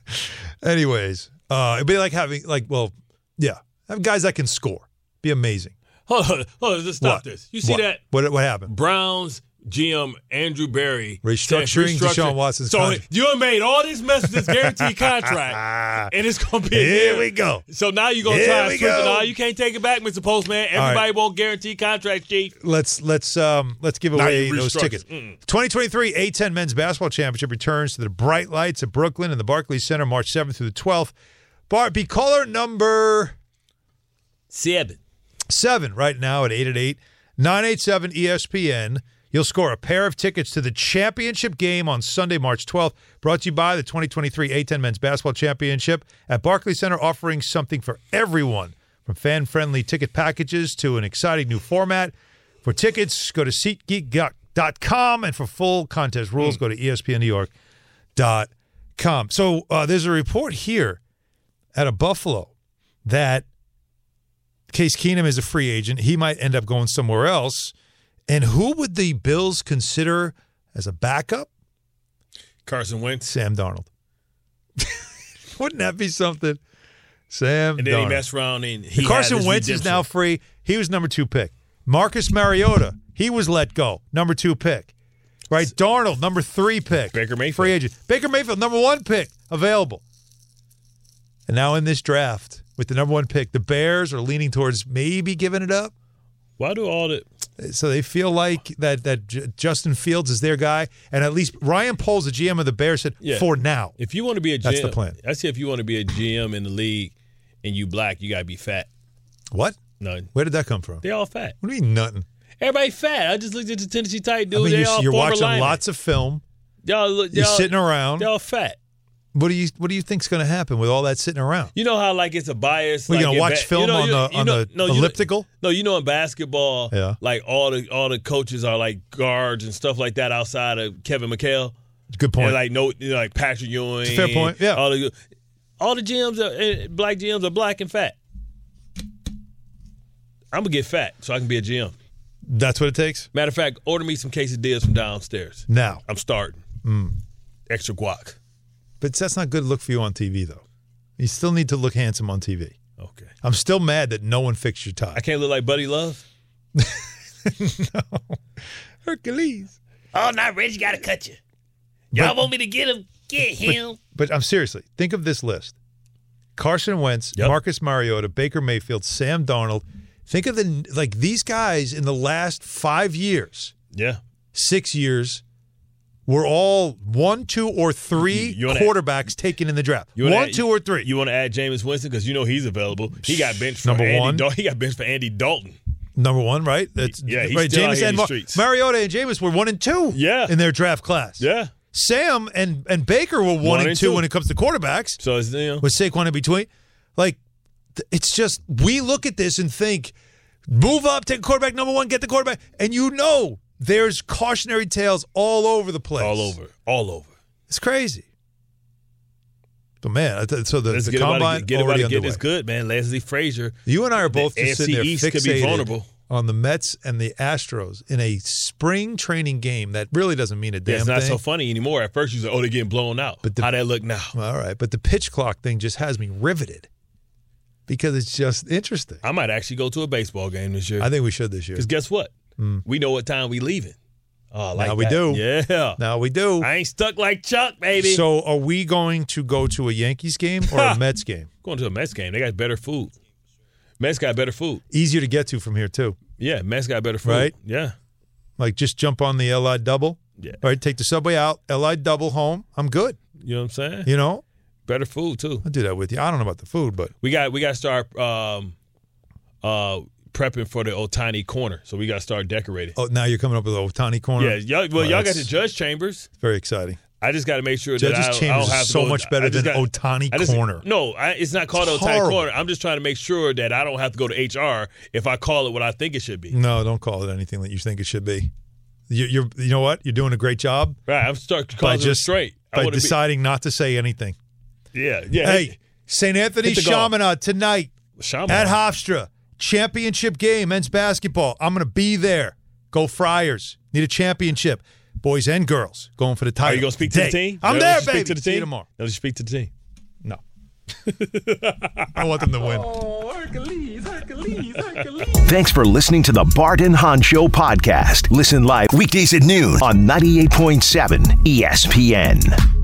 Anyways, uh, it'd be like having like, well, yeah, have guys that can score. Be amazing.
hold on, hold on. Just stop
What?
this. You see
What?
that?
What what happened?
Browns GM Andrew Berry
Restructuring
said-
Deshaun Watson's
So
contract.
you made all this mess with this guaranteed contract, and it's gonna be a
Here
year.
we go.
So now you're gonna
Here
try and
we
switch it.
go.
No, you can't take it back, Mr. Postman.
All right.
Everybody won't guarantee contract, chief.
let's let's um let's give
Now
away
you
those
restructure.
tickets.
Mm-mm.
2023 A10 Men's Basketball Championship returns to the bright lights of Brooklyn and the Barclays Center March 7th through the 12th. Bart, be caller number
Seven.
seven right now at 888 987 ESPN. You'll score a pair of tickets to the championship game on Sunday, March 12th. Brought to you by the 2023 A10 Men's Basketball Championship at Barclays Center, offering something for everyone from fan friendly ticket packages to an exciting new format. For tickets, go to SeatGeek.com and for full contest rules, go to E ESPNNewYork.com. So uh, there's a report here out of Buffalo that Case Keenum is a free agent. He might end up going somewhere else. And who would the Bills consider as a backup?
Carson Wentz.
Sam Darnold. Wouldn't that be something? Sam
And then he
Darnold.
messed around and he
And Carson
had his
Wentz is
redemption.
now free. He was number two pick. Marcus Mariota, he was let go. Number two pick. Right? Darnold, number three pick. Baker Mayfield. Free agent. Baker Mayfield, number one pick, available. And now in this draft, with the number one pick, the Bears are leaning towards maybe giving it up.
Why do all the
So they feel like that that J- Justin Fields is their guy, and at least Ryan Poles, the GM of the Bears, said
Yeah.
for now.
If you want to be a GM,
That's the plan.
I see if you want to be a GM in the league and you black, you gotta be fat.
What?
No.
Where did that come from?
They all fat.
What do you mean nothing?
Everybody fat. I just looked at the Tennessee Titan
I
dude.
mean,
they
you're,
all
you're
former
watching
linemen.
lots of film.
Y'all, look-
You're
y'all-
sitting around.
Y'all fat.
What do you What do you think's going to happen with all that sitting around?
You know how like it's a bias.
Well,
like
you gonna
in
watch film
you know,
on
you-
the-
you
on
know-
the
no, you know-
elliptical?
no, you know in basketball,
Yeah.
like all the all the coaches are like guards and stuff like that outside of Kevin McHale.
Good point.
And like no, you know, like Patrick Ewing.
It's a fair point, yeah.
All the all the GMs are eh, black GMs are black and fat. I'm gonna get fat so I can be a GM.
That's what it takes.
Matter of fact, order me some quesadillas from downstairs.
Now.
I'm starting
Mm.
extra guac.
But that's not good look for you on TV though. You still need to look handsome on TV.
Okay.
I'm still mad that no one fixed your tie.
I can't look like Buddy Love.
Hercules.
Oh, not Reggie got to cut you. Y'all want me to get him? Get him.
But I'm seriously, think of this list. Carson Wentz, Marcus Mariota, Baker Mayfield, Sam Darnold. Think of the like these guys in the last 5 years,
Yeah.
6 years were all one, two, or three
You wanna-
quarterbacks taken in the draft.
You wanna
One,
add-
two, or three.
You want to add Jameis Winston because you know he's available. He got benched for
Number
Andy
one.
Dal- he got benched for Andy Dalton.
Number one, right? That's
Yeah, he's
right.
still out
Jameis
here in
and
the
Mar-
streets.
Mariota and Jameis were one and two. Yeah. in their draft class.
Yeah.
Sam and and Baker were one, and, two, when it comes to quarterbacks.
So it's you know,
with Saquon in between, like th- it's just we look at this and think, move up, take quarterback number one, get the quarterback, and you know there's cautionary tales all over the place.
all over, all over.
It's crazy. But man, I th- so the,
Let's
the
get about
combine
it, get about
already
it, get
underway.
is good, man. Leslie Frazier.
You and I are both
the
just
AFC
sitting there
East
fixated
could be vulnerable.
on the Mets and the Astros in a spring training game that really doesn't mean a damn
Yeah, it's not
thing.
so funny anymore. At first, you said, "Oh, they're getting blown out." But how that look now?
All right, but the pitch clock thing just has me riveted because it's just interesting.
I might actually go to a baseball game this year.
I think we should this year.
because guess what?
Mm.
We know what time we leaving. Oh, I like
now we
that.
do.
Yeah,
Now we do.
I ain't stuck like Chuck, baby.
So are we going to go to a Yankees game or a Mets game?
going to a Mets game, they got better food. Mets got better food.
Easier to get to from here too.
Yeah, Mets got better food.
Right.
Yeah.
Like just jump on the LI double.
Yeah.
All right, take the subway out, LI double home. I'm good.
You know what I'm saying?
You know?
Better food too.
I'll do that with you. I don't know about the food, but
We got we got to start um, uh, prepping for the Otani corner. So we got to start decorating.
oh, now you're coming up with a Otani corner.
Yeah, y'all, well,
Oh,
y'all got
that's
the judge chambers.
Very exciting.
I just got to make sure
Judges
that I, don't- I
chambers
don't have
is
to
so
go-
much better
I just
than
got-
Ohtani
I just-
corner.
No, I, it's not called
It's
Otani
horrible.
corner. I'm just trying to make sure that I don't have to go to HR if I call it what I think it should be.
No, don't call it anything that you think it should be. You, you're, you know what? You're doing a great job
Right, I'm start
by
calling it
just
straight. I
by
wanna be-
deciding not to say anything.
yeah, yeah.
Hey, St. Anthony's
hit the goal.
Chaminade tonight
Shaman.
at Hofstra. Championship game, men's basketball. I'm going to be there. Go Friars. Need a championship. Boys and girls going for the title.
Are you gonna speak to the
today.
team?
I'm
Yeah,
there,
you
baby.
Speak to the
See
team
you tomorrow.
No, you speak to the team.
No. I want them to win.
Thanks for listening to the Bart and Han Show E podcast. Listen live weekdays at noon on 98.7 ESPN.